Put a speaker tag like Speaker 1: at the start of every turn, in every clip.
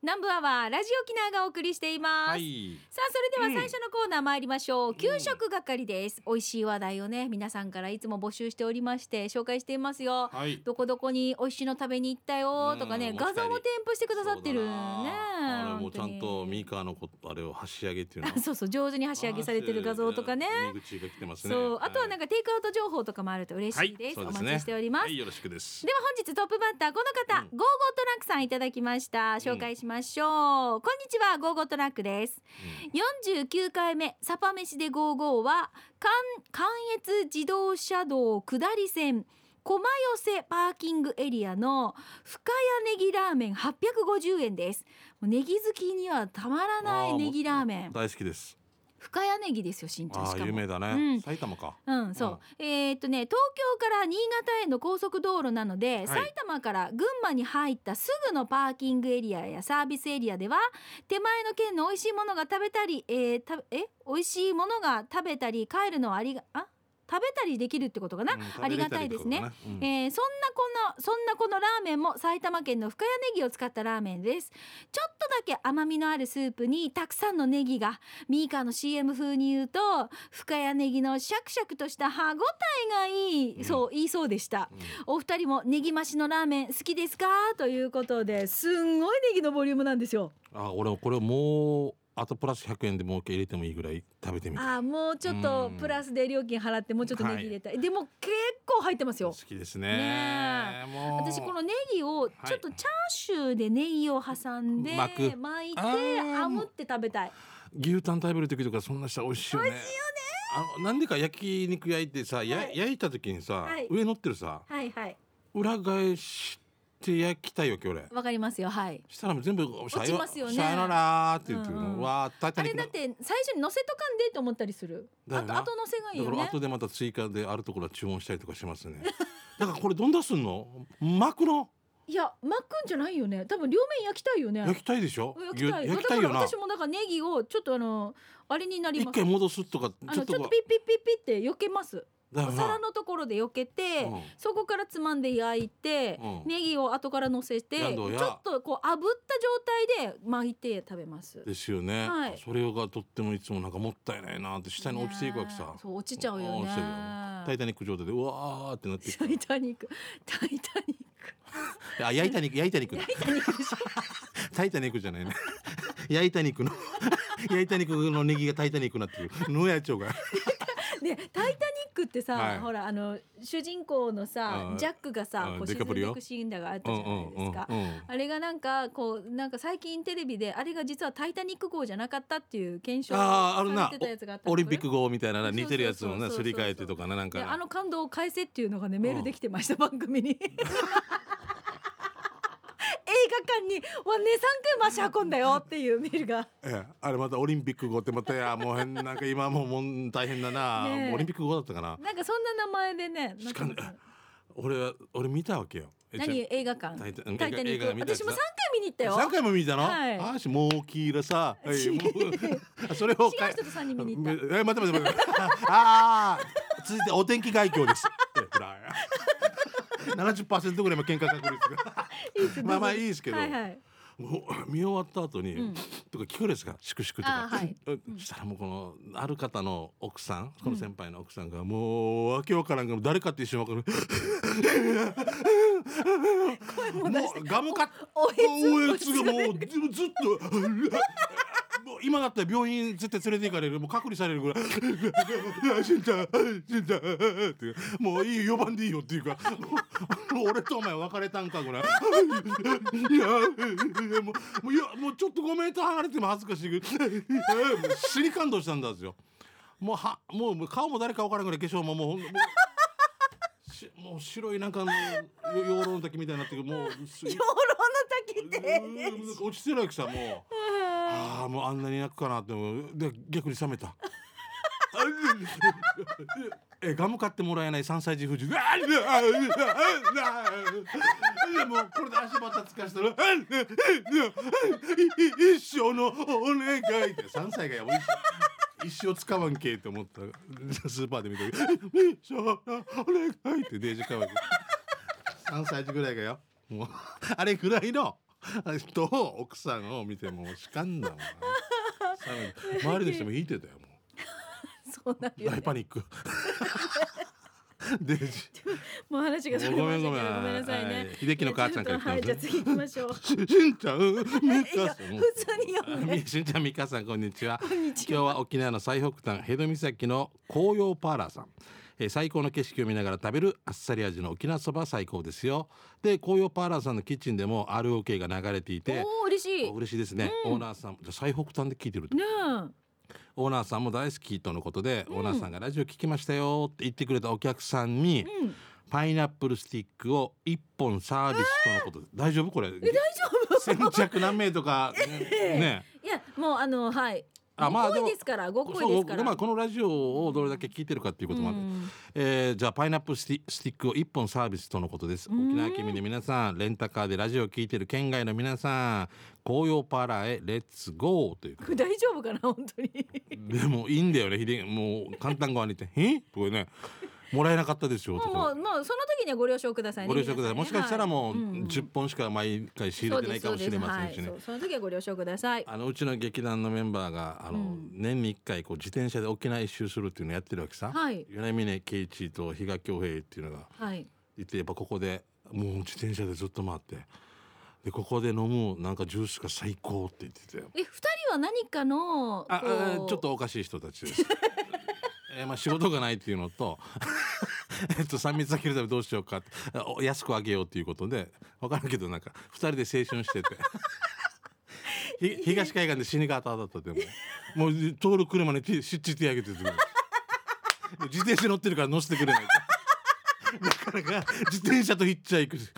Speaker 1: 南部アワーラジオキナーがお送りしています、
Speaker 2: はい。
Speaker 1: さあそれでは最初のコーナー参りましょう、給食係です美味しい話題をね皆さんからいつも募集しておりまして紹介していますよ
Speaker 2: はい。
Speaker 1: どこどこに美味しいの食べに行ったよとかね
Speaker 2: うん
Speaker 1: 画像も添付してくださってるね
Speaker 2: そうだなあれも
Speaker 1: 本
Speaker 2: ち
Speaker 1: 当
Speaker 2: ゃ
Speaker 1: に
Speaker 2: んとミカのことあれを箸上げっていうの
Speaker 1: あ。 そうそう上手に箸上げされてる画像とかね
Speaker 2: あ。入り口が来てますね。
Speaker 1: そうあとはなん
Speaker 2: か。
Speaker 1: かテイクアウト情報とかもあると嬉しいです,、
Speaker 2: そう
Speaker 1: お
Speaker 2: す
Speaker 1: 待
Speaker 2: ね
Speaker 1: ちしております、
Speaker 2: はい、よろしくです。
Speaker 1: では本日トップバッターこの方、
Speaker 2: うん
Speaker 1: ゴーゴートラックさんいただきました紹介しましょう、こんにちはゴーゴートラックです49回目サパ飯でゴーゴーは関関越自動車道下り線駒寄パーキングエリアの深谷ネギラーメン850円ですもうネギ好きにはたまらないネギラーメ
Speaker 2: うん
Speaker 1: ン
Speaker 2: 大好きです。
Speaker 1: 深谷ネギですよ新茶
Speaker 2: あ
Speaker 1: し
Speaker 2: あ、
Speaker 1: か
Speaker 2: 有
Speaker 1: も
Speaker 2: 名だ
Speaker 1: う
Speaker 2: ね
Speaker 1: ん。
Speaker 2: 埼玉か。
Speaker 1: うん、そう、えーっとね東京から新潟への高速道路なので、
Speaker 2: い
Speaker 1: 埼玉から群馬に入ったすぐのパーキングエリアやサービスエリアでは手前の県の美味しいものが食べたり、えーたえ美味しいものが食べたり帰るのはありがあ食べたりできるってことかな、
Speaker 2: うん
Speaker 1: ありがたいですね。
Speaker 2: 食べれたりとかね
Speaker 1: えーそんなこのそんなこのラーメンも埼玉県の深谷ネギを使ったラーメンですちょっとだけ甘みのあるスープにたくさんのネギがミーカーの CM 風に言うと深谷ネギのシャクシャクとした歯ごたえがいい、
Speaker 2: うん
Speaker 1: そう言いそうでした
Speaker 2: うんうん
Speaker 1: お二人もネギ増しのラーメン好きですかということですんごいネギのボリュームなんですよ
Speaker 2: あ、俺これもうあとプラス100円でもう一回入れてもいいぐらい食べてみたい。
Speaker 1: あーもうちょっとプラスで料金払ってもうちょっとネギ入れたい、でも結構入ってますよ
Speaker 2: 好きです
Speaker 1: ね
Speaker 2: ね。もう
Speaker 1: 私このネギをちょっとチャーシューでネギを挟んで
Speaker 2: 巻く
Speaker 1: 巻いて
Speaker 2: あー
Speaker 1: あむって食べたい
Speaker 2: 牛タン食べる時とかそんなしたら美味しいよね。美味しいよね。あのなんでか焼肉焼いてさ、や
Speaker 1: はい
Speaker 2: 焼いた時にさ、
Speaker 1: はい
Speaker 2: 上乗ってるさ
Speaker 1: はいはい
Speaker 2: 裏返して焼きたいわけ俺。
Speaker 1: わかりますよはい
Speaker 2: したらもう全部
Speaker 1: ちますよね
Speaker 2: さよならーって言ってるの、
Speaker 1: うんうん
Speaker 2: わータイタ
Speaker 1: あ
Speaker 2: ニ
Speaker 1: れ
Speaker 2: ックな
Speaker 1: だって最初に乗せとかんでと思ったりする
Speaker 2: だ
Speaker 1: あ
Speaker 2: よ
Speaker 1: と
Speaker 2: な
Speaker 1: 後乗せがいいよ
Speaker 2: だから
Speaker 1: ね
Speaker 2: 後でまた追加であるところは注文したりとかします ねだからこれどんだすんの巻くの
Speaker 1: いや巻くんじゃないよね多分両面焼きたいよね
Speaker 2: 焼きたいでしょ
Speaker 1: 焼きたい
Speaker 2: 牛焼きたいよ
Speaker 1: だか
Speaker 2: な
Speaker 1: ら私もだからネギをちょっとあのあれになり
Speaker 2: 一
Speaker 1: ます
Speaker 2: 回戻すとか
Speaker 1: あ
Speaker 2: ちょっ
Speaker 1: のちょ
Speaker 2: と
Speaker 1: っ
Speaker 2: こと
Speaker 1: ピッピッピッピッって避けます
Speaker 2: だよ
Speaker 1: お
Speaker 2: な
Speaker 1: 皿のところで避けて、
Speaker 2: うん
Speaker 1: そこからつまんで焼いて、
Speaker 2: うん
Speaker 1: ネギを後から乗せてち
Speaker 2: やん
Speaker 1: ょ
Speaker 2: どや
Speaker 1: っとこう炙った状態で巻いて食べます
Speaker 2: ですよね、
Speaker 1: はい
Speaker 2: それがとってもいつもなんかもったいないなって下に落ちていくわけさ
Speaker 1: ねえそう落ちちゃうよ
Speaker 2: 落
Speaker 1: ね
Speaker 2: ちてるよタイタニック状態でうわーってなって い
Speaker 1: タ
Speaker 2: く
Speaker 1: イタニックタイタニック
Speaker 2: あ焼いた肉焼いた肉だ
Speaker 1: タイタ ニックでしょ
Speaker 2: タイタニックじゃないね 焼いた肉の 焼いた肉のネギがタイタニックになってる野谷町が
Speaker 1: ねタイタニックってさ、
Speaker 2: はい
Speaker 1: ほらあの主人公のさ
Speaker 2: うん
Speaker 1: ジャックがさ
Speaker 2: うん
Speaker 1: こう
Speaker 2: デ
Speaker 1: 沈
Speaker 2: カ
Speaker 1: ん
Speaker 2: プ
Speaker 1: で
Speaker 2: リオ
Speaker 1: いくシーンだがあったじゃないですか
Speaker 2: うんうんうんうん
Speaker 1: あれがなんかこうなんか最近テレビであれが実はタイタニック号じゃなかったっていう検証
Speaker 2: あーあるな
Speaker 1: されてたやつがあったの
Speaker 2: オリンピック
Speaker 1: こ
Speaker 2: 号みたいなな
Speaker 1: そうそうそう
Speaker 2: 似てるやつも
Speaker 1: そう
Speaker 2: な
Speaker 1: そう
Speaker 2: すり替えてとかななん
Speaker 1: れ
Speaker 2: か
Speaker 1: で
Speaker 2: な
Speaker 1: あの感動を返せっていうのがねメールできてました、番組に映画館にわね3回も足運んだよっていうメールが
Speaker 2: ええあれまたオリンピック号ってまたいやもう変なんか今もうもん大変だな、
Speaker 1: ねえ
Speaker 2: オリンピック号だったかな
Speaker 1: なんかそんな名前でね
Speaker 2: しか
Speaker 1: な
Speaker 2: も
Speaker 1: んか
Speaker 2: 俺は俺見たわけよえ
Speaker 1: 何
Speaker 2: じゃ
Speaker 1: 映画館
Speaker 2: タイタ
Speaker 1: タイタニ
Speaker 2: 映
Speaker 1: ッ
Speaker 2: 画
Speaker 1: ク
Speaker 2: 映画見たや
Speaker 1: 私
Speaker 2: つ
Speaker 1: も
Speaker 2: だ
Speaker 1: 3回見に行ったよ
Speaker 2: 3回も見たの、
Speaker 1: はい
Speaker 2: あーしもうキーラさ、はい
Speaker 1: 違う
Speaker 2: もう それを
Speaker 1: 違う人と3人見に行った
Speaker 2: え待って待って待ってああ続いてお天気概況ですえほら70%ぐらいの喧嘩確率が
Speaker 1: いいっす
Speaker 2: まあまあいいですけど
Speaker 1: はいはい
Speaker 2: もう見終わった後に、
Speaker 1: うん
Speaker 2: とか聞くですか粛々とか、
Speaker 1: あーはい
Speaker 2: うんしたらもうこのある方の奥さんこの先輩の奥さんがもうわけわからんから誰かって一瞬わかる
Speaker 1: 声
Speaker 2: も
Speaker 1: も出して
Speaker 2: うガムか
Speaker 1: お
Speaker 2: お
Speaker 1: え
Speaker 2: え
Speaker 1: つ
Speaker 2: つがもうずずっと もう今だったら病院絶対連れて行かれるもう隔離されるぐらい「しんちゃんしんちゃん」ってもういいよ呼ばんでいいよっていうかもう俺とお前別れたんかぐらい「いやいやもうもういやもうちょっと5メートル離れても恥ずかしいけどいやもう死に感動したんだですよもうはもうもう顔も誰か分からんぐらい化粧ももうほんもうしもう白いなんかあのよ養老の滝みたいになってくるもうす
Speaker 1: 養老の滝って
Speaker 2: うーんなんか落ちてるわけさもうああもうあんなに泣くかなって思うで逆に冷めた あえガム買ってもらえない3歳児夫人うわあうわあうわあうわあもうこれで足バタつかしたらあうわあうわあい一生のお願いって3歳がやばい一生使わんけって思ったスーパーで見たけど「一生のお願い」ってデージ買わんけ3歳児ぐらいがよもうあれぐらいのと奥さんを見てもうしかんだもん周りの人も引いてたよも
Speaker 1: そうなる
Speaker 2: う
Speaker 1: よ、
Speaker 2: 大
Speaker 1: ね。
Speaker 2: パニックデイジ
Speaker 1: もう話がそれ
Speaker 2: ー
Speaker 1: ま
Speaker 2: ごめ
Speaker 1: し
Speaker 2: ん
Speaker 1: たけど
Speaker 2: ごめん
Speaker 1: ごめんなさい
Speaker 2: は
Speaker 1: ね。
Speaker 2: 秀樹の母ちゃん
Speaker 1: じ
Speaker 2: か
Speaker 1: ゃあ
Speaker 2: ら
Speaker 1: ちょっとはい、じゃあ次行きましょう。
Speaker 2: ししんちゃん、み
Speaker 1: い
Speaker 2: か
Speaker 1: や
Speaker 2: さ
Speaker 1: 普通に読んで
Speaker 2: ん。しんちゃん、みかさん、こんにちは。
Speaker 1: こんにち
Speaker 2: 今
Speaker 1: は。
Speaker 2: 日は沖縄の最北端、辺戸岬の紅葉パーラーさん。えー最高の景色を見ながら食べるあっさり味の沖縄そば最高ですよ。で、紅葉パーラーさんのキッチンでも ROK が流れていて、
Speaker 1: おお嬉しい。
Speaker 2: お
Speaker 1: ね
Speaker 2: 嬉しいですね。オーナーさん、最北端で聞いてるってこ
Speaker 1: え。
Speaker 2: と。オーナーさんも大好きとのことで、オーナーさんがラジオ聞きましたよって言ってくれたお客さんに、
Speaker 1: うん。
Speaker 2: パイナップルスティックを一本サービスとのことです。大丈夫これ。
Speaker 1: え大丈夫。
Speaker 2: 先着何名 とかね
Speaker 1: いやもうあのはい。
Speaker 2: あ
Speaker 1: あ
Speaker 2: ま
Speaker 1: ま
Speaker 2: あ
Speaker 1: あ
Speaker 2: でも
Speaker 1: ですからご
Speaker 2: そ
Speaker 1: 恋です
Speaker 2: う
Speaker 1: から。
Speaker 2: まあこのラジオをどれだけ聞いてるかっていうこともある、
Speaker 1: うん
Speaker 2: えーじゃあパイナップルスティスティックを一本サービスとのことです
Speaker 1: うん
Speaker 2: 沖縄県民の皆さんレンタカーでラジオを聞いてる県外の皆さん紅葉パーラーへレッツゴーという
Speaker 1: これ大丈夫かな本当に。
Speaker 2: でもいいんだよねひでもう簡単側に言って「えとかねもらえなかったですよ
Speaker 1: も
Speaker 2: と
Speaker 1: うも
Speaker 2: か
Speaker 1: うもうその時にはご了承くださいね。
Speaker 2: ご了承ください、
Speaker 1: 皆
Speaker 2: もしかしたらもう
Speaker 1: ねはいんん
Speaker 2: 10本しか毎回仕入れてないかもしれませんしね
Speaker 1: そうですそうですはいそうその時はご了承ください。
Speaker 2: あのうちの劇団のメンバーがあの、
Speaker 1: うん
Speaker 2: 年に1回こう自転車で沖縄一周するっていうのをやってるわけさ、
Speaker 1: はい
Speaker 2: 米峰圭一と比嘉恭平っていうのが
Speaker 1: はい。
Speaker 2: いてやっぱここでもう自転車でずっと回ってでここで飲むなんかジュースが最高って言ってて
Speaker 1: え二人は何かの
Speaker 2: あ
Speaker 1: こ
Speaker 2: あ
Speaker 1: う
Speaker 2: ちょっとおかしい人たちです。 えーまあ仕事がないっていうのと えっと3密避けるためどうしようかってあお安くあげようっていうことで分からんけどなんか2人で青 春しててひ東海岸で死に方だったでももう通る車に手しっち手あげてて自転車乗ってるから乗せてくれないなかなか自転車とヒッチハイク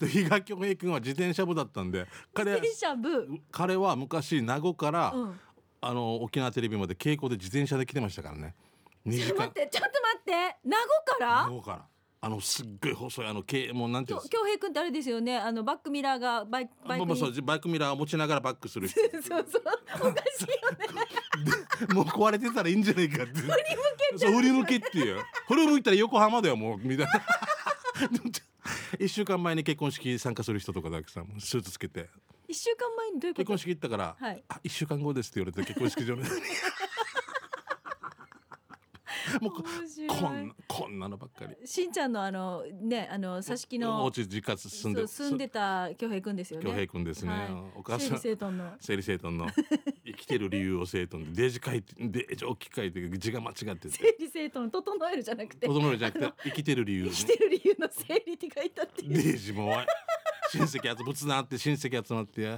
Speaker 2: と比嘉恭平君は自転車部だったんで彼
Speaker 1: 自転車部。
Speaker 2: 彼は昔名護から、
Speaker 1: うん。
Speaker 2: あの沖縄テレビまで稽古で自転車で来てましたからね2
Speaker 1: ちょっ
Speaker 2: 時
Speaker 1: と待っ
Speaker 2: 間
Speaker 1: てちょっと待って名護から
Speaker 2: 名。護からあのすっごい細いあのけもうなんていうんですか
Speaker 1: 京平君ってあれですよねあのバックミラーがバイクバ
Speaker 2: バ
Speaker 1: イ
Speaker 2: イ
Speaker 1: ク
Speaker 2: ク
Speaker 1: に、
Speaker 2: まあ、そ
Speaker 1: そうう
Speaker 2: バイクミラー持ちながらバックする
Speaker 1: そうおかしいよ ね
Speaker 2: もう壊れてたらいいんじゃないかって振り向けそう振り向けっていう振り向いたら横浜だよもうみたいな一週間前に結婚式参加する人とかだけさもうスーツつけて
Speaker 1: 一週間前にどういうこ
Speaker 2: 結
Speaker 1: と
Speaker 2: 婚式行ったから「
Speaker 1: はい
Speaker 2: あ一週間後です」って言われて結婚式 場にもうこ
Speaker 1: 面白い
Speaker 2: こんなこんなのばっかり。
Speaker 1: しんちゃんのあのねあの挿し木の
Speaker 2: お家実家住んで
Speaker 1: そう住んでた京平君ですよね
Speaker 2: 恭平君ですね、
Speaker 1: はい
Speaker 2: お母
Speaker 1: 整理
Speaker 2: さん
Speaker 1: 整頓 の
Speaker 2: 整理 整頓の生きてる理由を整頓でデージ書いてデージ大きく書いて字が間違ってて
Speaker 1: 整理整頓整えるじゃなくて
Speaker 2: 子供のじゃなく
Speaker 1: あ
Speaker 2: て
Speaker 1: の
Speaker 2: 生きてる理由
Speaker 1: 生きてる理由の整理って書いたっていう
Speaker 2: デージもう親戚集ぶつなって親戚集まって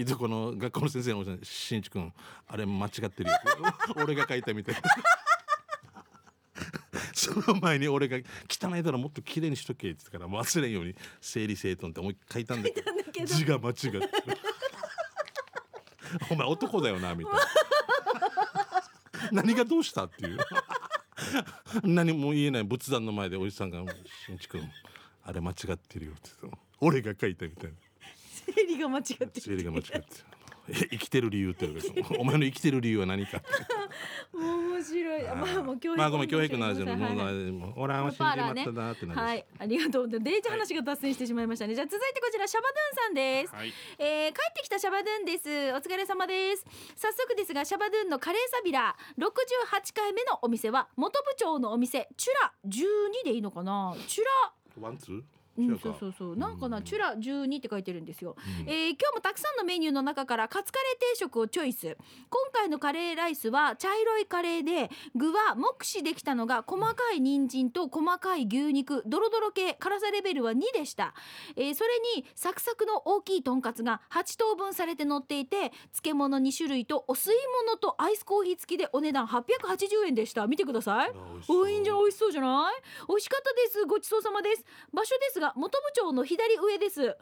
Speaker 2: いとこの学校の先生のおじさん「しんいち君あれ間違っ てるよ俺が書いたみたい」 その前に俺が「汚いだろもっと綺麗にしとけ」って言ったから忘れんように「整理整頓」って思いっきり書いたんだけど
Speaker 1: なんだけど
Speaker 2: 字が間違ってる お前男だよなみたいな何がどうしたっていう何も言えない仏壇の前でおじさんが「しんちくんあれ間違ってるよ」って言って俺が書いたみたいな
Speaker 1: 整理が間違ってる
Speaker 2: 整理が間違ってるえ生きてる理由って言われてお前の生きてる理由は何かって
Speaker 1: もう面白い まあもう京平君
Speaker 2: まあごめん教育の話でも
Speaker 1: はいはい
Speaker 2: もう俺は死んでまったなってなりま
Speaker 1: は
Speaker 2: し
Speaker 1: い、ありがとう。で、デイジ話が脱線してしまいましたね。じゃあ続いてこちらシャバドゥンさんです。
Speaker 2: たはい
Speaker 1: えー帰ってきたシャバドゥンです。お疲れ様です。早速ですが、シャバドゥンのカレーサビラー68回目のお店は元部長のお店チュラ12でいいのかな？チュラ
Speaker 2: ワンツー
Speaker 1: うん、
Speaker 2: 違か
Speaker 1: そうそうそうなんかな、
Speaker 2: うん
Speaker 1: チュラ12って書いてるんですよ、
Speaker 2: うん
Speaker 1: えー今日もたくさんのメニューの中からカツカレー定食をチョイス今回のカレーライスは茶色いカレーで具は目視できたのが細かい人参と細かい牛肉ドロドロ系辛さレベルは2でした、えーそれにサクサクの大きいとんかつが8等分されて乗っていて漬物2種類とお吸い物とアイスコーヒー付きでお値段880円でした見てくださいおいいん じゃん美味しそうじゃない美味しかったですごちそうさまです場所ですが元部長の左上です、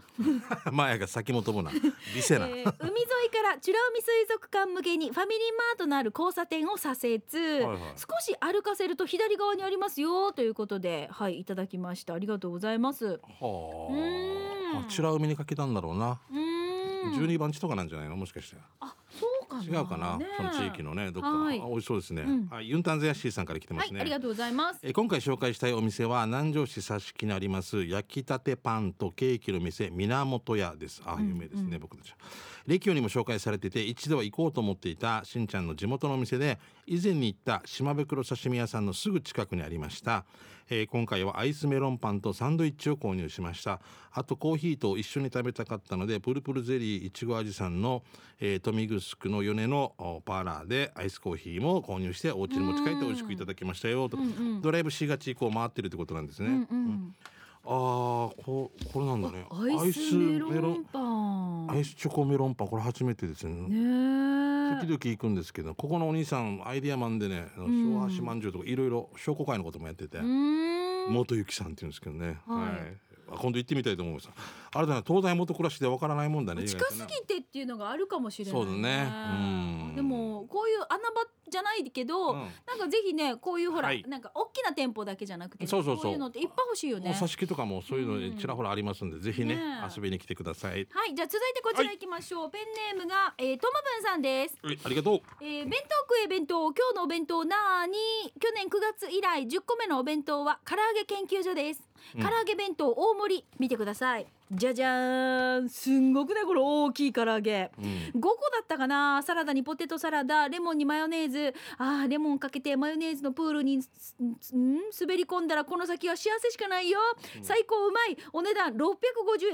Speaker 2: マヤが先 も飛ぶなリセ
Speaker 1: え
Speaker 2: ナ
Speaker 1: ー海沿いから美ら海水族館向けにファミリーマートのある交差点を左折
Speaker 2: はいはい
Speaker 1: 少し歩かせると左側にありますよということではいいただきましたありがとうございますう
Speaker 2: は
Speaker 1: うん
Speaker 2: ああちら海にかけたんだろうな
Speaker 1: ーん
Speaker 2: 12番地とかなんじゃないのもしかして
Speaker 1: あそうかかな
Speaker 2: 違うかな、
Speaker 1: ね
Speaker 2: その地域のねどっか、
Speaker 1: はい
Speaker 2: あ美味しそうですね、
Speaker 1: うん
Speaker 2: あユンタンゼヤシーさんから来てま
Speaker 1: は
Speaker 2: す
Speaker 1: い
Speaker 2: ね、
Speaker 1: ありがとうございます
Speaker 2: えー今回紹介したいお店は南城市佐敷にあります焼きたてパンとケーキの店源屋ですあ有名ですね、僕たちはレキオにも紹介されてて一度は行こうと思っていたしんちゃんの地元のお店で以前に行った島袋刺身屋さんのすぐ近くにありました、えー今回はアイスメロンパンとサンドイッチを購入しましたあとコーヒーと一緒に食べたかったのでプルプルゼリーいちご味さんの、えー、豊見城の米のおパーラーでアイスコーヒーも購入してお家に持ち帰って美味しくいただきましたよと、ドライブしがちこう回ってるってことなんですね、
Speaker 1: うんうん
Speaker 2: ああここれなんだね
Speaker 1: アイスメロンパン
Speaker 2: アイスチョコメロンパンこれ初めてですね
Speaker 1: ねえ
Speaker 2: 時々行くんですけどここのお兄さんアイディアマンでね
Speaker 1: ん
Speaker 2: 昭和橋まんじゅうとかいろいろ商工会のこともやってて、
Speaker 1: うーん
Speaker 2: 元ゆきさんっていうんですけどね、
Speaker 1: はい
Speaker 2: あ今度行ってみたいと思いましたあれだな東大元暮らしでわからないもんだね
Speaker 1: 近す
Speaker 2: 意外とね
Speaker 1: ぎてっていうのがあるかもしれない
Speaker 2: そうだねうん
Speaker 1: でもこういう穴場じゃないけど、
Speaker 2: うん
Speaker 1: なんかぜひねこういうほら、
Speaker 2: はい
Speaker 1: なんか大きな店舗だけじゃなくてね
Speaker 2: そうそうそう
Speaker 1: こういうのっていっぱい欲しいよ
Speaker 2: お
Speaker 1: ね
Speaker 2: 座敷とかもそういう
Speaker 1: うん
Speaker 2: のちらほらありますんで、ぜひね
Speaker 1: ね
Speaker 2: 遊びに来てください、
Speaker 1: はいじゃあ続いてこちら行きましょう、ペンネームが、えー、トマブンさんです
Speaker 2: はいありがとう
Speaker 1: えー、弁当食え弁当今日のお弁当なーに去年9月以来10個目のお弁当は唐揚げ研究所です、
Speaker 2: うん
Speaker 1: 唐揚げ弁当大盛り見てくださいじゃじゃーんすんごくねこれ大きい唐揚げ
Speaker 2: うん
Speaker 1: 5個だったかなサラダにポテトサラダレモンにマヨネーズあーレモンかけてマヨネーズのプールにすん滑り込んだらこの先は幸せしかないよ、最高うまいお値段650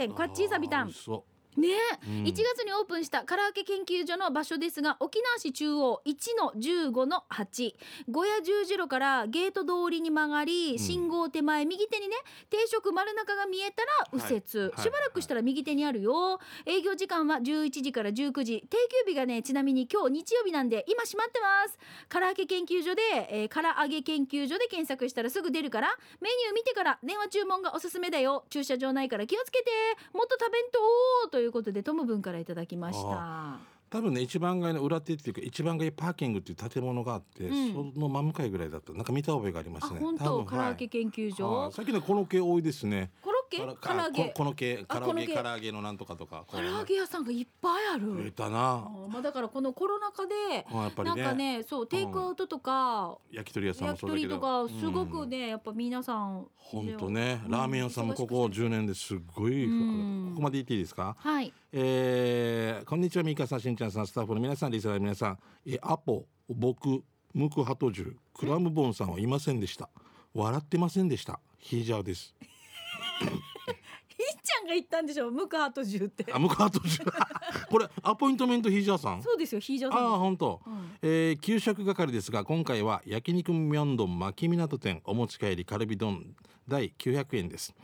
Speaker 1: 円こっちーさびた
Speaker 2: あー美
Speaker 1: ん
Speaker 2: 味しそ
Speaker 1: ねえ、
Speaker 2: うん
Speaker 1: 1月にオープンしたカラオケ研究所の場所ですが沖縄市中央1の15の8小屋十字路からゲート通りに曲がり信号手前、右手にね定食丸中が見えたら右折、
Speaker 2: はい
Speaker 1: しばらくしたら右手にあるよ営業時間は11時から19時定休日がねちなみに今日日曜日なんで今閉まってますカラオケ研究所で、えー、唐揚げ研究所で検索したらすぐ出るからメニュー見てから電話注文がおすすめだよ駐車場ないから気をつけてもっと食べんとということでトム分からいただきました
Speaker 2: 多分ね一番街の裏手っていうか一番街パーキングっていう建物があって、
Speaker 1: うん
Speaker 2: その真向かいぐらいだったなんか見た覚えがありま
Speaker 1: あ
Speaker 2: すね
Speaker 1: 本当
Speaker 2: 多
Speaker 1: 唐
Speaker 2: 分
Speaker 1: 揚げ研究所、
Speaker 2: はいさっきのこの系多いですね
Speaker 1: コロッケ
Speaker 2: から
Speaker 1: 唐揚げ
Speaker 2: ここの系
Speaker 1: あ
Speaker 2: 唐
Speaker 1: こ
Speaker 2: 揚
Speaker 1: の
Speaker 2: げ
Speaker 1: 系
Speaker 2: 唐揚げのなんとかとかこ
Speaker 1: 唐
Speaker 2: う
Speaker 1: 揚げ屋さんがいっぱいあ
Speaker 2: 売れ
Speaker 1: る
Speaker 2: た
Speaker 1: あ
Speaker 2: な
Speaker 1: ーまあだからこのコロナ禍で
Speaker 2: あやっぱ
Speaker 1: な
Speaker 2: り
Speaker 1: んか
Speaker 2: ね
Speaker 1: ねそうテイクアウトとか
Speaker 2: 焼き鳥屋さんも
Speaker 1: 焼き
Speaker 2: そうだけ
Speaker 1: 鳥
Speaker 2: ど
Speaker 1: とかすごく
Speaker 2: うん
Speaker 1: ねやっぱ皆さん
Speaker 2: ほんとねラーメン屋さんもここ
Speaker 1: 忙しくして
Speaker 2: 10年ですっごい
Speaker 1: うん
Speaker 2: ここまで言っていいですか
Speaker 1: はい
Speaker 2: えーこんにちは、みーかさん、しんちゃんさん、スタッフの皆さん、リスナーの皆さん、えーアポ、僕、ムクハトジュ、クラムボンさんはいませんでした。笑ってませんでした。ヒージャーです。
Speaker 1: ひっちゃんが言ったんでしょムカハトジュって
Speaker 2: あ、ムクハトジュ。 これ、アポイントメントヒージャーさん。
Speaker 1: そうですよひいじゃ
Speaker 2: あ
Speaker 1: さん
Speaker 2: あ、
Speaker 1: です
Speaker 2: 本当。
Speaker 1: うん
Speaker 2: えー給食係ですが今回は焼肉みょん丼巻き港店お持ち帰りカルビ丼第900円です、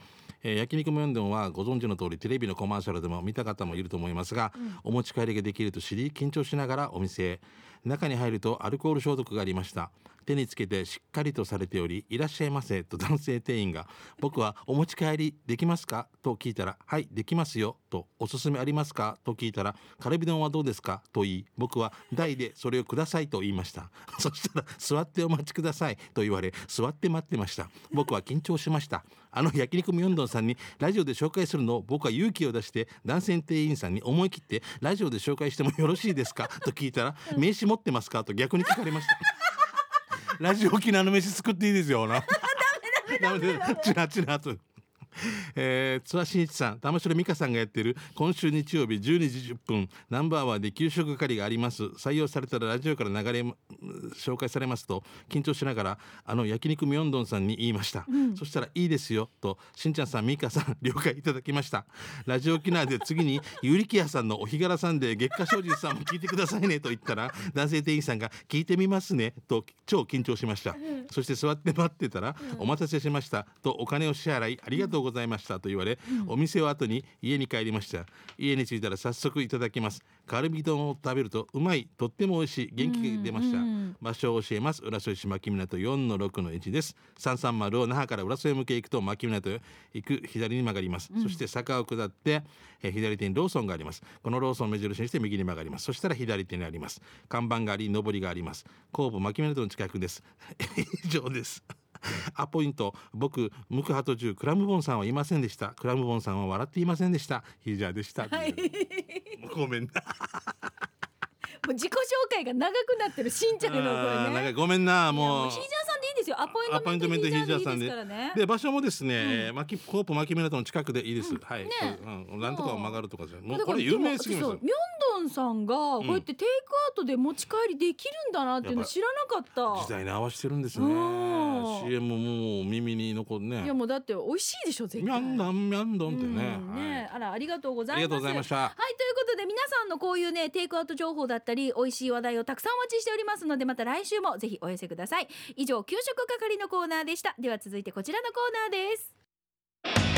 Speaker 2: えー焼肉みょん丼はご存知の通りテレビのコマーシャルでも見た方もいると思いますが、お持ち帰りができると知り緊張しながらお店へ中に入るとアルコール消毒がありました手につけてしっかりとされており「いらっしゃいませ」と男性店員が「僕はお持ち帰りできますか?」と聞いたら「はいできますよ」と「おすすめありますか?」と聞いたら「カルビ丼はどうですか?」と言い僕は「台でそれをください」と言いました そしたら「座ってお待ちください」と言われ座って待ってました僕は緊張しましたあの焼肉みょんどんさんにラジオで紹介するのを僕は勇気を出して男性店員さんに思い切って「ラジオで紹介してもよろしいですか?」と聞いたら「名刺持ってますか?」と逆に聞かれましたラジオ沖縄の飯作っていいですよ な。ダメダメダメチラチラと。えー、津和真一さん玉城美香さんがやってる今週日曜日12時10分ナンバーワンで給食係があります採用されたらラジオから流れうん紹介されますと緊張しながらあの焼肉みょんどんさんに言いました、そしたら「いいですよ」としんちゃんさん美香さん了解いただきましたラジオ沖縄で次にゆりきやさんのお日柄さんで月下精進さんも聞いてくださいねと言ったら男性店員さんが「聞いてみますね」と超緊張しました、そして座って待ってたら「お待たせしました」とお金を支払いありがとうございましたと言われ、お店を後に家に帰りました家に着いたら早速いただきますカルビ丼を食べるとうまいとっても美味しい元気が出ました、
Speaker 1: うんうん
Speaker 2: 場所を教えます浦添市牧港4の6の1です330を那覇から浦添向け行くと牧港へ行く左に曲がります、そして坂を下って、えー左手にローソンがありますこのローソンを目印にして右に曲がりますそしたら左手にあります看板があり上りがあります後部牧港の近くです 以上ですアポイント僕ムクハト中クラムボンさんはいませんでしたクラムボンさんは 笑っていませんでしたヒージャーでした、
Speaker 1: はい
Speaker 2: ごめんな
Speaker 1: う自己紹介が長くなってるしんちゃんの
Speaker 2: あー
Speaker 1: こ
Speaker 2: なん
Speaker 1: れ
Speaker 2: か
Speaker 1: ね
Speaker 2: ごめんなも
Speaker 1: も
Speaker 2: う
Speaker 1: うヒージャーさんでいいんですよアポイントメントヒージャーさんでいいですからね
Speaker 2: で場所もですね、えーマキコープマキメラトの近くでいいです、はい、
Speaker 1: ね
Speaker 2: うん、なんとか曲がるとかじゃも
Speaker 1: だ
Speaker 2: う
Speaker 1: か
Speaker 2: こ
Speaker 1: ら
Speaker 2: れ有名すぎるんです
Speaker 1: そう
Speaker 2: よ
Speaker 1: ミョンドンさんがこうやってテイクアウトで持ち帰りできるんだなっていうの知らなかっ
Speaker 2: 時
Speaker 1: た
Speaker 2: 代に合わせてるんですね
Speaker 1: うん
Speaker 2: CM ももう耳に残るね
Speaker 1: いやもうだって美味しいでしょ絶
Speaker 2: ミ
Speaker 1: 対
Speaker 2: ャンダンミャンド
Speaker 1: う
Speaker 2: ンって
Speaker 1: ん
Speaker 2: ね,、
Speaker 1: ねあらありがとうござ
Speaker 2: はい、あ
Speaker 1: い
Speaker 2: り
Speaker 1: ます
Speaker 2: がとうございました
Speaker 1: はいということで皆さんのこういうねテイクアウト情報だったり美味しい話題をたくさんお待ちしておりますのでまた来週もぜひお寄せください以上給食係のコーナーでしたでは続いてこちらのコーナーです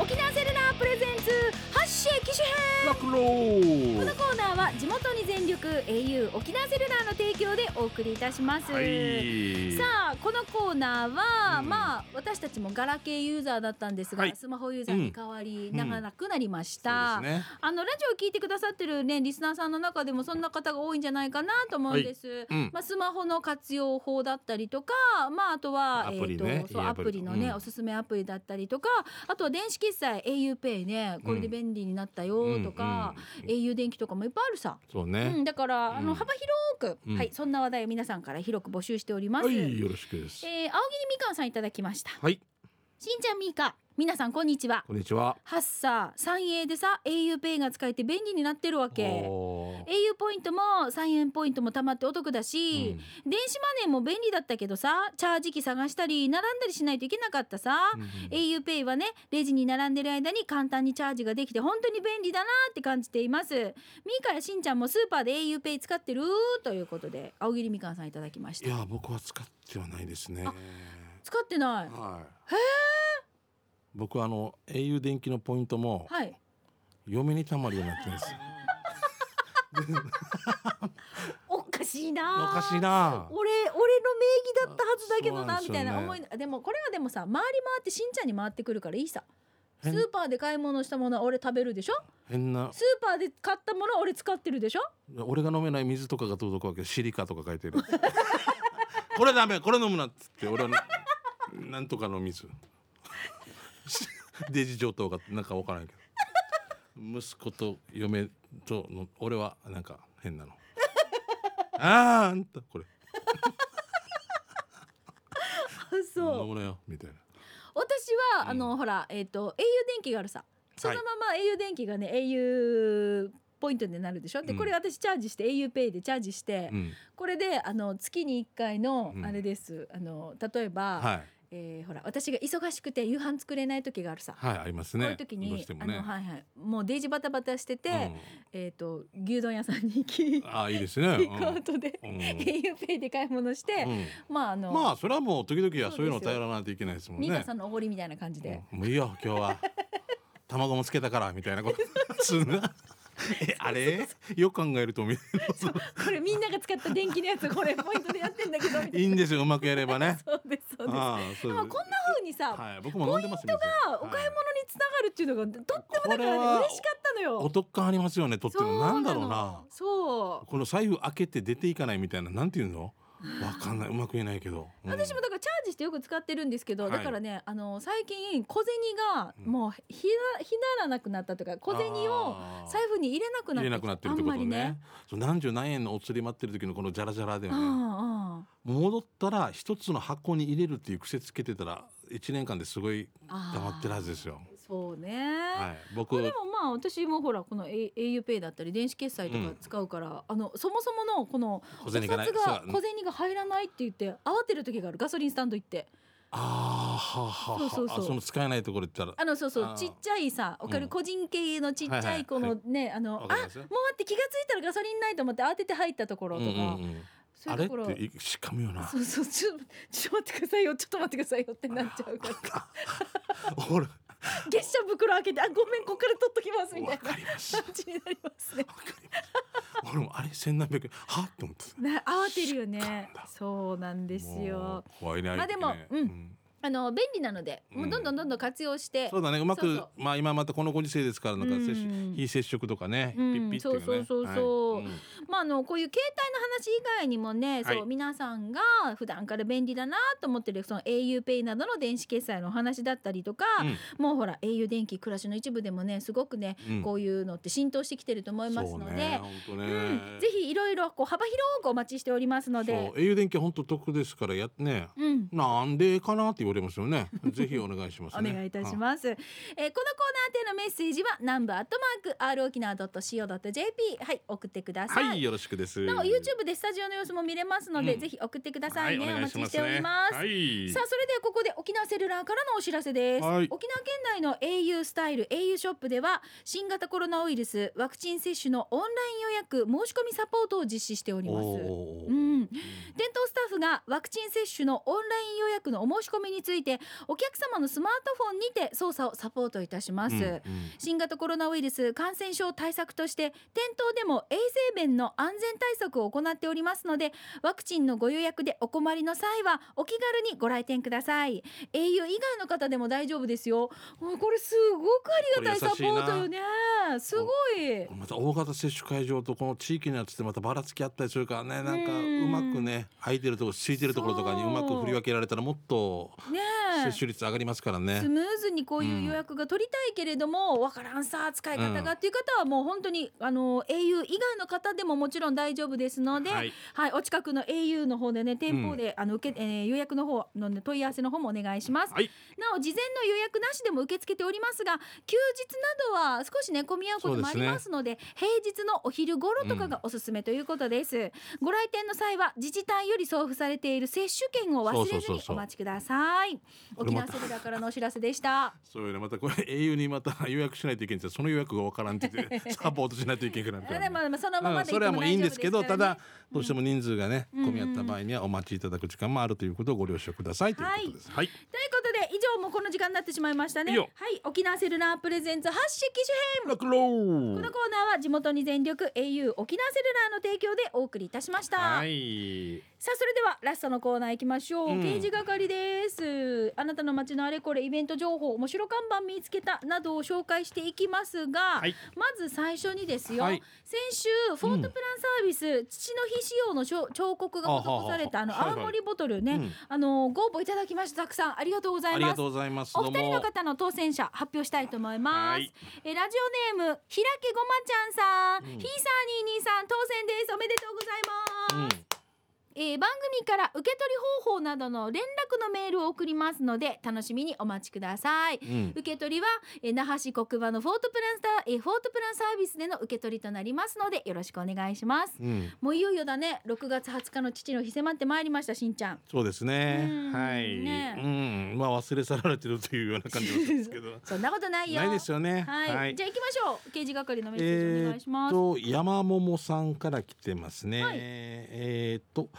Speaker 1: 沖縄セルナープレゼンツ発信機種編
Speaker 2: ラクロー
Speaker 1: このコーナーは地元に全力 au 沖縄セルラーの提供でお送りいたします、
Speaker 2: はい
Speaker 1: さあこのコーナーは、
Speaker 2: うん
Speaker 1: まあ私たちもガラケーユーザーだったんですが、
Speaker 2: はい
Speaker 1: スマホユーザーに変わり、
Speaker 2: うん
Speaker 1: 長くなりまし
Speaker 2: そ
Speaker 1: た、
Speaker 2: うですね
Speaker 1: あのラジオを聞いてくださってるねリスナーさんの中でもそんな方が多いんじゃないかなと思うんです、
Speaker 2: うん
Speaker 1: まあ、スマホの活用法だったりとか、まあ、あとは
Speaker 2: アプリね
Speaker 1: えーとそう
Speaker 2: いい
Speaker 1: ア
Speaker 2: アプリ
Speaker 1: プリのね、
Speaker 2: うん
Speaker 1: おすすめアプリだったりとかあとは電子決済 auPay ねこれで便利になったよとか、
Speaker 2: うんうん
Speaker 1: au 電気とかもいっぱいあるさ、
Speaker 2: そう
Speaker 1: う
Speaker 2: ね、
Speaker 1: ん、だから、あ
Speaker 2: う
Speaker 1: の
Speaker 2: ん
Speaker 1: 幅広く、
Speaker 2: うん
Speaker 1: はい、そんな話題を皆さんから広く募集しております。
Speaker 2: はいよろしくです
Speaker 1: えー、青桐みかんさんいただきました
Speaker 2: はい
Speaker 1: しんちゃんみーか皆さんこんにちは
Speaker 2: こんにちは
Speaker 1: ハッサー三栄でさ auPay が使えて便利になってるわけ
Speaker 2: おー
Speaker 1: au ポイントも3円ポイントもたまってお得だし、
Speaker 2: うん
Speaker 1: 電子マネーも便利だったけどさチャージ機探したり並んだりしないといけなかったさ、
Speaker 2: うん
Speaker 1: auPay はねレジに並んでる間に簡単にチャージができて本当に便利だなって感じていますみーかやしんちゃんもスーパーで auPay 使ってるということで青桐みかんさんいただきまし
Speaker 2: い
Speaker 1: た
Speaker 2: や僕は使ってはないですね
Speaker 1: 使ってない
Speaker 2: はい。僕はあの au 電気のポイントも
Speaker 1: はい
Speaker 2: 嫁にたまるようになってます。
Speaker 1: おかしいな
Speaker 2: おかしい
Speaker 1: な
Speaker 2: な。
Speaker 1: 俺俺の名義だったはずだけどな
Speaker 2: そうなんです
Speaker 1: み
Speaker 2: よね
Speaker 1: たいな思いでもこれはでもさ回り回ってしんちゃんに回ってくるからいいさス
Speaker 2: 変
Speaker 1: ーパーで買い物したものは俺食べるでしょ
Speaker 2: 変な
Speaker 1: スーパーで買ったものは俺使ってるでしょ
Speaker 2: 俺が飲めない水とかが届くわけシリカとか書いてる。これダメこれ飲むなっつって俺はねなんとかの水。 デジ上等がなんかわからんけど息子と嫁との俺はなんか変 なの。あーあんたこれ
Speaker 1: あ
Speaker 2: 飲
Speaker 1: そう
Speaker 2: むなよみたいな。
Speaker 1: 私は、
Speaker 2: うん
Speaker 1: あのほらえっ、と au 電気があるさそのま
Speaker 2: は
Speaker 1: ま au 電気がね au ポイントになるでしょで
Speaker 2: うん
Speaker 1: これ私チャージして auPay でチャージして、
Speaker 2: うん
Speaker 1: これであの月に1回の
Speaker 2: うん
Speaker 1: あれです、あの例えば、
Speaker 2: はい
Speaker 1: えーほら私が忙しくて夕飯作れない時があるさ、
Speaker 2: はいありますね。
Speaker 1: こういう時
Speaker 2: どう
Speaker 1: に
Speaker 2: しても
Speaker 1: あ
Speaker 2: ね
Speaker 1: のはいはいもうデイジバタバタしてて、
Speaker 2: うん
Speaker 1: えっ、と牛丼屋さんに行きテ
Speaker 2: ああいいで すね。
Speaker 1: イクアウトで
Speaker 2: うんうん
Speaker 1: auPay で買い物して、
Speaker 2: う
Speaker 1: まああの、
Speaker 2: んまあそれはもう時々はそういうのを頼らないといけないですもん
Speaker 1: ニーカ
Speaker 2: ね
Speaker 1: さ。んのおごりみたいな感じで、
Speaker 2: うんもういいよ今日 は卵もつけたからみたいなことすんな。えあれよく考えるとみ
Speaker 1: これみんなが使った電気のやつこれポイントでやってんだけどみた
Speaker 2: いい
Speaker 1: い
Speaker 2: ん
Speaker 1: な。
Speaker 2: ですようまくやればね
Speaker 1: そうです そうです
Speaker 2: ああそう
Speaker 1: で
Speaker 2: です
Speaker 1: もこんな風にさ、
Speaker 2: はい僕も飲んでますよ。
Speaker 1: あお買い物につながるっていうのがとってもだから
Speaker 2: こ
Speaker 1: ね
Speaker 2: れは
Speaker 1: 嬉しかったのよ
Speaker 2: お得感ありますよねとって
Speaker 1: そう
Speaker 2: も
Speaker 1: な
Speaker 2: な
Speaker 1: の
Speaker 2: んだろうな。
Speaker 1: そう
Speaker 2: この財布開けて出ていかないみたいななんていうのわかんないうまく言えないけど。うん
Speaker 1: 私もだからチャージしてよく使ってるんですけど、
Speaker 2: はい
Speaker 1: だからねあの最近小銭が
Speaker 2: うん
Speaker 1: もうひなひならなくなったというか小銭を
Speaker 2: あー
Speaker 1: 財布に入れなくなってきた
Speaker 2: 入れなくなってるってこ
Speaker 1: あんま
Speaker 2: と
Speaker 1: りね
Speaker 2: ね。そう何十何円のお釣り待ってる時のこのジャラジャラで
Speaker 1: う
Speaker 2: よね。
Speaker 1: んうん
Speaker 2: 戻ったら一つの箱に入れるっていう癖つけてたら一年間ですごい
Speaker 1: あー
Speaker 2: 溜まってるはずですよ。
Speaker 1: そうね、
Speaker 2: はい、
Speaker 1: ま
Speaker 2: 僕
Speaker 1: あでもまあ私もほらこの A- auPay だったり電子決済とか使うから、あのそもそものこの
Speaker 2: 小
Speaker 1: お
Speaker 2: 銭
Speaker 1: 札が
Speaker 2: がない。そう
Speaker 1: 小銭が入らないって言って慌てる時があるガソリンスタンド行って
Speaker 2: ああ、はあはあはあ、
Speaker 1: そうそうそう
Speaker 2: あその使えないところって言ったら。
Speaker 1: あのそうそう
Speaker 2: あー
Speaker 1: ちっちゃいさわかる、
Speaker 2: うん
Speaker 1: 個人経営のちっち
Speaker 2: はい
Speaker 1: ゃ
Speaker 2: はいい
Speaker 1: このね、あのあも
Speaker 2: わ
Speaker 1: う
Speaker 2: か
Speaker 1: 待
Speaker 2: りますよ
Speaker 1: って気がついたらガソリンないと思って慌てて入ったところとか、
Speaker 2: うんうんうん
Speaker 1: そうい
Speaker 2: あ
Speaker 1: う
Speaker 2: れ
Speaker 1: と
Speaker 2: っ
Speaker 1: ころ
Speaker 2: ていしかむよな
Speaker 1: そ。うそうちょちょっと待ってくださいよちょっと待ってくださいよってなっちゃうから
Speaker 2: ほら、
Speaker 1: 月謝袋開けてあごめんここから取っときますみた
Speaker 2: わ
Speaker 1: いな
Speaker 2: か
Speaker 1: 感
Speaker 2: ります。わか
Speaker 1: じになります ね。
Speaker 2: ります。俺もあれ千何百円、はあって思ってた。
Speaker 1: ね慌てるよ
Speaker 2: しか
Speaker 1: ね
Speaker 2: んだ
Speaker 1: そうなんです
Speaker 2: も
Speaker 1: よ
Speaker 2: う。怖いね。
Speaker 1: まあでも
Speaker 2: れね
Speaker 1: うんあの便利なので、もううんどんどんどんどん活用して
Speaker 2: そうだねうまく
Speaker 1: そうそう
Speaker 2: まあ今またこのご時世ですからなんか接触
Speaker 1: うん
Speaker 2: 非接触とかね、
Speaker 1: うん
Speaker 2: ピッピッっていうかね
Speaker 1: そうそうそうそう
Speaker 2: はいん
Speaker 1: まあ、あのこういう携帯の話以外にもね、
Speaker 2: はい
Speaker 1: そう皆さんが普段から便利だなと思ってるその auPay などの電子決済のお話だったりとか、もうほら au 電気暮らしの一部でもねすごくね、
Speaker 2: うん
Speaker 1: こういうのって浸透してきてると思いますの
Speaker 2: そう
Speaker 1: で。
Speaker 2: ね本当ね、
Speaker 1: うん、ぜひいろいろこう幅広くお待ちしておりますの
Speaker 2: そう
Speaker 1: で。
Speaker 2: au 電気本当得ですからやね
Speaker 1: うん
Speaker 2: なんでかなって言われます よねぜひお願いします
Speaker 1: お
Speaker 2: ね
Speaker 1: 願いいたし
Speaker 2: す
Speaker 1: ます、えーこのコーナー宛てのメッセージは南部アットマーク r 沖縄 .co.jp はい送ってください、
Speaker 2: はいよろしくです
Speaker 1: なお YouTube でスタジオの様子も見れますので、
Speaker 2: うん
Speaker 1: ぜひ送ってくださいね、
Speaker 2: は
Speaker 1: お
Speaker 2: 願
Speaker 1: 待ちしております、
Speaker 2: はい
Speaker 1: さあそれではここで沖縄セルラーからのお知らせです、
Speaker 2: はい
Speaker 1: 沖縄県内の au スタイル au ショップでは新型コロナウイルスワクチン接種のオンライン予約申し込みサポートを実施しております
Speaker 2: お
Speaker 1: う
Speaker 2: ー
Speaker 1: ん、店頭スタッフがワクチン接種のオンライン予約のお申し込みについてお客様のスマートフォンにて操作をサポートいたします、
Speaker 2: うんうん
Speaker 1: 新型コロナウイルス感染症対策として店頭でも衛生面の安全対策を行っておりますのでワクチンのご予約でお困りの際はお気軽にご来店ください au 以外の方でも大丈夫ですよおこれすごくありがたいサ
Speaker 2: これ優
Speaker 1: ポ
Speaker 2: しいな
Speaker 1: ートよねすごい
Speaker 2: また大型接種会場とこの地域のやつってまたばらつきあったりするからねなんか
Speaker 1: うん
Speaker 2: うまくね空いてるところ空いてるところとかにうまく振り分けられたらもっと
Speaker 1: ねえ
Speaker 2: 接種率上がりますからね
Speaker 1: スムーズにこういう予約が取りたいけれども、わからんさ使い方がっていう方はもう本当にあの au 以外の方でももちろん大丈夫ですので、は
Speaker 2: はいい
Speaker 1: お近くの au の方でね店舗で、あの受け、えー予約の方の、ね、問い合わせの方もお願いします、
Speaker 2: はい
Speaker 1: なお事前の予約なしでも受け付けておりますが休日などは少しね混み合うこともありますので平日のお昼頃とかがおすすめということです、ご来店の際は自治体より送付されている接種券を忘れず
Speaker 2: そうそうそう
Speaker 1: に
Speaker 2: そ
Speaker 1: お
Speaker 2: う
Speaker 1: 待ちください
Speaker 2: これ
Speaker 1: 沖
Speaker 2: ま
Speaker 1: 縄
Speaker 2: た
Speaker 1: セルラーからのお知らせで した
Speaker 2: そうよねまたこれ au にまた予約しないといけないんですよその予約がわからんって言ってサポートしないといけないみたい
Speaker 1: で
Speaker 2: な
Speaker 1: もまあそのまま
Speaker 2: うん
Speaker 1: で
Speaker 2: それはもういいんですけど
Speaker 1: 行って
Speaker 2: た
Speaker 1: も大
Speaker 2: だ
Speaker 1: 丈
Speaker 2: どうしても人数がね
Speaker 1: うん
Speaker 2: 混み合った場合にはお待ちいただく時間もあるということをご了承くださいということです。はい、
Speaker 1: 夫ですからねということで以上もうこの時間になってしまいましたね
Speaker 2: いいよ
Speaker 1: はい沖縄セルラープレゼンツ発色機種編
Speaker 2: ロックンロ
Speaker 1: こ
Speaker 2: ー
Speaker 1: の
Speaker 2: ル
Speaker 1: コーナーは地元に全力 au 沖縄セルラーの提供でお送りいたしました、
Speaker 2: はい
Speaker 1: さあそれではラストのコーナー行きましょう、
Speaker 2: うん
Speaker 1: 刑事係ですあなたの街のあれこれイベント情報面白看板見つけたなどを紹介していきますが、
Speaker 2: はい
Speaker 1: まず最初にですよ、
Speaker 2: はい
Speaker 1: 先週フォートプランサービス、父の日仕様のしょ彫刻が施されたあ
Speaker 2: あは
Speaker 1: の
Speaker 2: はは
Speaker 1: 青森ボトルね、
Speaker 2: はいはいうん
Speaker 1: あのご応募いただきましたたくさんありがとうござ
Speaker 2: あ
Speaker 1: い
Speaker 2: り
Speaker 1: ま
Speaker 2: が
Speaker 1: す
Speaker 2: とうございます。
Speaker 1: お
Speaker 2: ど
Speaker 1: 二
Speaker 2: う
Speaker 1: 人の
Speaker 2: も。
Speaker 1: 方の当選者発表したいと思います。
Speaker 2: はい
Speaker 1: えーラジオネームひらけごまちゃんさん、
Speaker 2: う
Speaker 1: ひ
Speaker 2: ん
Speaker 1: ーさーにーにーさん当選ですおめでとうございます。
Speaker 2: うん、
Speaker 1: えー番組から受け取り方法などの連絡のメールを送りますので楽しみにお待ちください。
Speaker 2: うん
Speaker 1: 受、け取りは、えー那覇市国場のフォートプランサー、えーフォートプランサービスでの受け取りとなりますのでよろしくお願いします。
Speaker 2: うん、
Speaker 1: もういよいよだね6月20日の父の日迫ってまいりましたしんちゃん。
Speaker 2: そうですね
Speaker 1: うん。
Speaker 2: はい、
Speaker 1: ね
Speaker 2: うん、まあ忘れ去られてるというような感じはするんですけ ど。
Speaker 1: そんなことないよ。
Speaker 2: ないですよね。
Speaker 1: はい、じゃあ行きましょう刑事係のメッセージお願いします、
Speaker 2: えーっと山桃さんから来てますね。
Speaker 1: はい
Speaker 2: えーっと。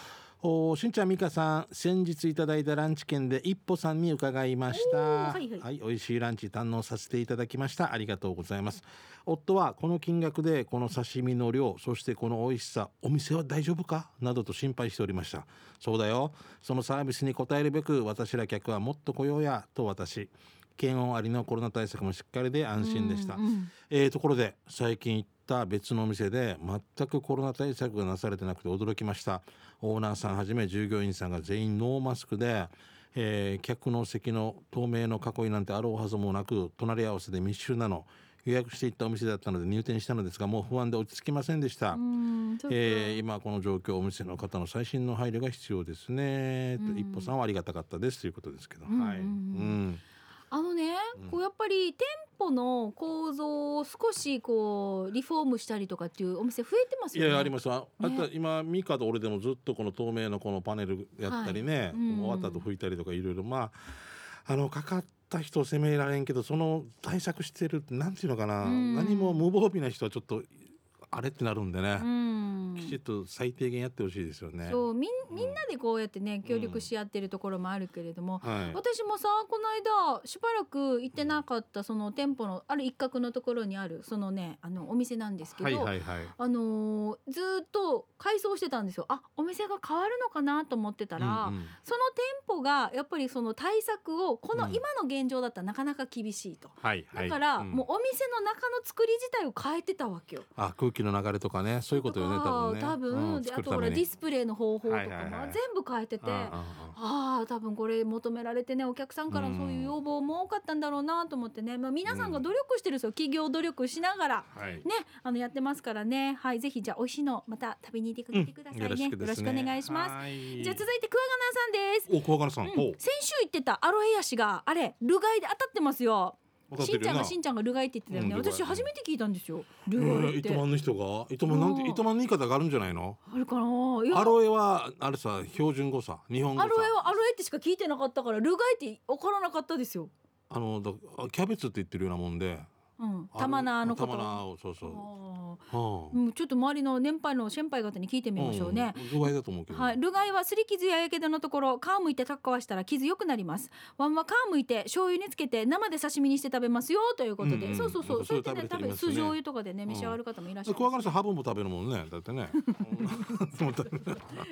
Speaker 2: おーしんちゃんみかさん先日いただいたランチ券で一歩さんに伺いました
Speaker 1: おーはいはい
Speaker 2: 美味しいランチ堪能させていただきましたありがとうございます夫はこの金額でこの刺身の量そしてこの美味しさお店は大丈夫かなどと心配しておりましたそうだよそのサービスに応えるべく私ら客はもっと来ようやと私検温ありのコロナ対策もしっかりで安心でした、
Speaker 1: うんうん
Speaker 2: えー、ところで最近行った別のお店で全くコロナ対策がなされてなくて驚きましたオーナーさんはじめ従業員さんが全員ノーマスクで、えー客の席の透明の囲いなんてあろうはずもなく隣り合わせで密集なの予約していったお店だったので入店したのですがもう不安で落ち着きませんでした、
Speaker 1: うんちょっと
Speaker 2: えー今この状況お店の方の最新の配慮が必要ですね、
Speaker 1: うん
Speaker 2: と一歩さんはありがたかったですということですけど、
Speaker 1: うん
Speaker 2: はい、
Speaker 1: う
Speaker 2: うんん、
Speaker 1: あのね、
Speaker 2: うん
Speaker 1: こうやっぱり店舗の構造を少しこうリフォームしたりとかっていうお店増えてます
Speaker 2: い
Speaker 1: よね。
Speaker 2: やいやありますああ
Speaker 1: ね
Speaker 2: と今ミカと俺でもずっとこの透明のこのパネルやったりね、
Speaker 1: うんうん
Speaker 2: 終わった後拭いたりとかいろいろまああのかかった人を責められんけどその対策してるなんていうのかな、
Speaker 1: うん
Speaker 2: 何も無防備な人はちょっとあれってなるんでね
Speaker 1: う、ん
Speaker 2: きちっと最低限やってほしいですよね。
Speaker 1: そうみんみんなでこうやってね協力し合ってるところもあるけれども、
Speaker 2: はい、
Speaker 1: 私もさこの間しばらく行ってなかったその店舗のある一角のところにあるそのねあのお店なんですけど、
Speaker 2: はいはいはい。
Speaker 1: あのーずーっと改装してたんですよあお店が変わるのかなと思ってたら、
Speaker 2: うんうん
Speaker 1: その店舗がやっぱりその対策をこの
Speaker 2: うん
Speaker 1: 今の現状だったらなかなか厳しいと。
Speaker 2: はいはい。
Speaker 1: だから、
Speaker 2: ん
Speaker 1: もうお店の中の作り自体を変えてたわけよ。
Speaker 2: あ空気の流れとかねそういうことよね
Speaker 1: だか
Speaker 2: 多分ね。
Speaker 1: ら多分
Speaker 2: うん
Speaker 1: で
Speaker 2: 作
Speaker 1: あ
Speaker 2: る
Speaker 1: と
Speaker 2: た
Speaker 1: ほら
Speaker 2: め
Speaker 1: デ
Speaker 2: に
Speaker 1: ィスプレイの方法とか
Speaker 2: はいはい
Speaker 1: も
Speaker 2: はい
Speaker 1: 全部変えてて、
Speaker 2: うんうんうん
Speaker 1: ああ多分これ求められてねお客さんからそういう要望も多かったんだろうなと思ってね、まあ、皆さんが努力してるんですよ企業努力しながら。
Speaker 2: はい。
Speaker 1: ね、あのやってますからね。はい、ぜひじゃあ美味しいのまた食べに行ってみてくださいね。よろしくお願いします。
Speaker 2: す
Speaker 1: じゃあ続いてクワガナーさんです。
Speaker 2: お小原さん、
Speaker 1: うん
Speaker 2: お
Speaker 1: 先週言ってたアロエヤシがあれルガイで当たってますよ。
Speaker 2: 分かって
Speaker 1: しん
Speaker 2: る
Speaker 1: ちゃん
Speaker 2: よ
Speaker 1: が
Speaker 2: な。
Speaker 1: しんちゃんがルガイって言ってたよ
Speaker 2: う
Speaker 1: ね。
Speaker 2: んルガイ
Speaker 1: 私初めて聞いたんですよ。ル
Speaker 2: え
Speaker 1: ガ
Speaker 2: ー
Speaker 1: イっ
Speaker 2: 糸
Speaker 1: て。
Speaker 2: 満の人が糸満なん
Speaker 1: う
Speaker 2: て
Speaker 1: ん
Speaker 2: 糸満の言い方があるんじゃないの？
Speaker 1: あるかないや
Speaker 2: アロエはあれさ標準語さ日本語
Speaker 1: ア
Speaker 2: さ
Speaker 1: ロエはアロエってしか聞いてなかったからルガイって分からなかったですよ。
Speaker 2: あのだキャベツって言ってるようなもんで。
Speaker 1: うん。
Speaker 2: あ
Speaker 1: 玉名のこと。
Speaker 2: 玉名をそうそう。
Speaker 1: あ
Speaker 2: は
Speaker 1: ーうん、ちょっと周りの年配の先輩方に聞いてみましょうね。。
Speaker 2: 具合だと思うけど。
Speaker 1: はい、ルガイはすり傷ややけどのところ皮むいてタッカはしたら傷良くなりますワンは皮むいて醤油につけて生で刺身にして食べますよということで、
Speaker 2: うんうん
Speaker 1: そうそうそう
Speaker 2: なんか
Speaker 1: そ
Speaker 2: そう
Speaker 1: や
Speaker 2: い
Speaker 1: って
Speaker 2: う
Speaker 1: ね
Speaker 2: 食
Speaker 1: 食べ
Speaker 2: べてます
Speaker 1: 酢
Speaker 2: ね
Speaker 1: 醤油とかでね
Speaker 2: ん
Speaker 1: 召し上がる方もいらっしゃい
Speaker 2: 怖
Speaker 1: ま
Speaker 2: が
Speaker 1: す、
Speaker 2: る人ハブも食べるもんね。だっ てね。 うん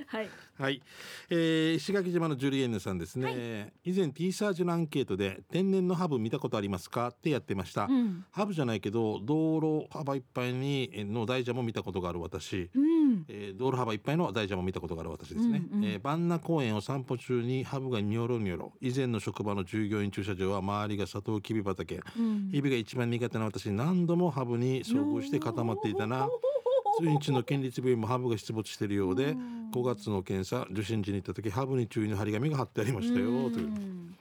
Speaker 1: はい、
Speaker 2: はい、えー石垣島のジュリエンヌさんですね、
Speaker 1: はい
Speaker 2: 以前 T サージのアンケートで天然のハブ見たことありますかってやってました、
Speaker 1: うん、
Speaker 2: ハブじゃないけど道路幅いっぱいにえーの大蛇も見たことがある私、
Speaker 1: うん、
Speaker 2: えー道路幅いっぱいの大蛇も見たことがある私ですね、
Speaker 1: うんうん
Speaker 2: えー万那公園を散歩中にハブがニョロニョロ以前の職場の従業員駐車場は周りがサトウキビ畑
Speaker 1: うん
Speaker 2: ヒビが一番苦手な私何度もハブに遭遇して固まっていたな数日の県立病院もハブが出没しているようで
Speaker 1: うん
Speaker 2: 5月の検査受診時に行った時ハブに注意の張り紙が貼ってありましたよという
Speaker 1: うん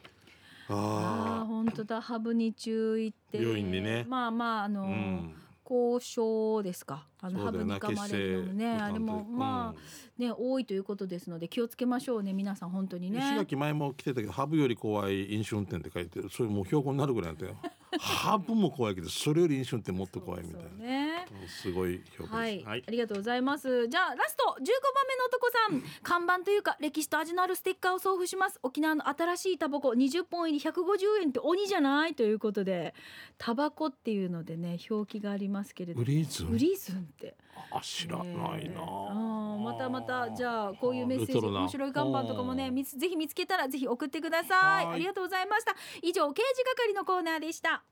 Speaker 1: ああ
Speaker 2: あ
Speaker 1: 本当だハブに注意って
Speaker 2: 病院にね
Speaker 1: まあまああ
Speaker 2: あ
Speaker 1: の
Speaker 2: う
Speaker 1: ー、
Speaker 2: ん
Speaker 1: 交渉ですかあの
Speaker 2: そ
Speaker 1: ハ
Speaker 2: うだ
Speaker 1: ブ
Speaker 2: よ
Speaker 1: に
Speaker 2: な
Speaker 1: 噛
Speaker 2: 血
Speaker 1: まれ
Speaker 2: 清
Speaker 1: るのもねあれもまあ、ね多いということですので気をつけましょうね皆さん本当に
Speaker 2: うん
Speaker 1: ね
Speaker 2: 石垣前も来てたけどハブより怖い飲酒運転って書いてるそれもう標語になるぐらいなんだよハブも怖いけどそれより飲酒運転もっと怖いみたいな
Speaker 1: そうそうね
Speaker 2: うんすごい標語
Speaker 1: は
Speaker 2: で
Speaker 1: い、
Speaker 2: すはい
Speaker 1: ありがとうございますじゃあラスト15番目の男さん看板というか歴史と味のあるステッカーを送付します沖縄の新しいタバコ20本入り150円って鬼じゃないということでタバコっていうのでね表記がありますけれど
Speaker 2: ブ
Speaker 1: も
Speaker 2: リーズ
Speaker 1: グリーズンって
Speaker 2: あ知らない
Speaker 1: ねえ
Speaker 2: な
Speaker 1: あーまたまたじゃあこういうメッセージ
Speaker 2: レトロな
Speaker 1: 面白い看板とかもね
Speaker 2: うん
Speaker 1: みつぜひ見つけたらぜひ送ってください
Speaker 2: はーい
Speaker 1: ありがとうございました以上刑事係のコーナーでした